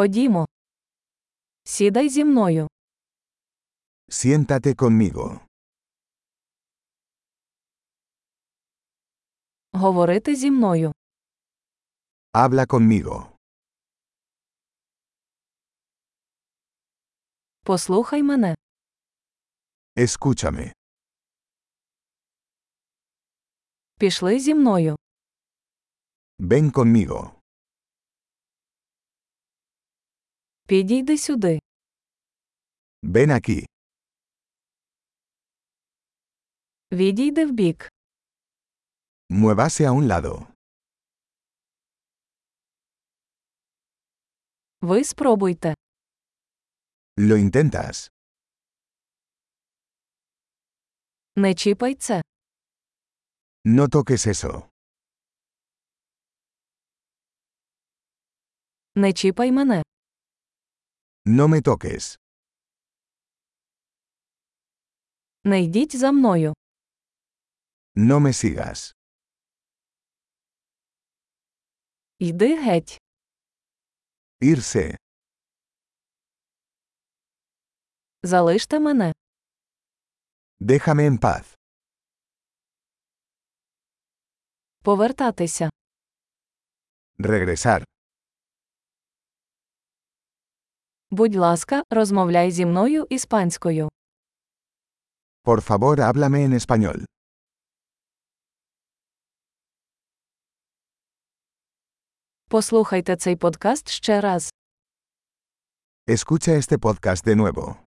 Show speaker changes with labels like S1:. S1: Ходімо. Сідай зі мною.
S2: Siéntate conmigo.
S1: Говорити зі мною.
S2: Habla conmigo.
S1: Послухай мене.
S2: Escúchame.
S1: Пішли зі мною.
S2: Ven conmigo.
S1: Підійди сюди.
S2: Ven aquí.
S1: Відійди вбік.
S2: Muévase a un lado.
S1: Ви спробуйте.
S2: Lo intentas.
S1: Не чіпай це.
S2: No toques eso.
S1: Не чіпай мене.
S2: No me toques.
S1: Не йдіть за мною.
S2: No me sigas.
S1: Йди геть.
S2: Irse.
S1: Залиште мене.
S2: Déjame en paz.
S1: Повертатися.
S2: Regresar.
S1: Будь ласка, розмовляй зі мною іспанською.
S2: Por favor, háblame en español.
S1: Послухайте цей подкаст ще раз.
S2: Escucha este podcast de nuevo.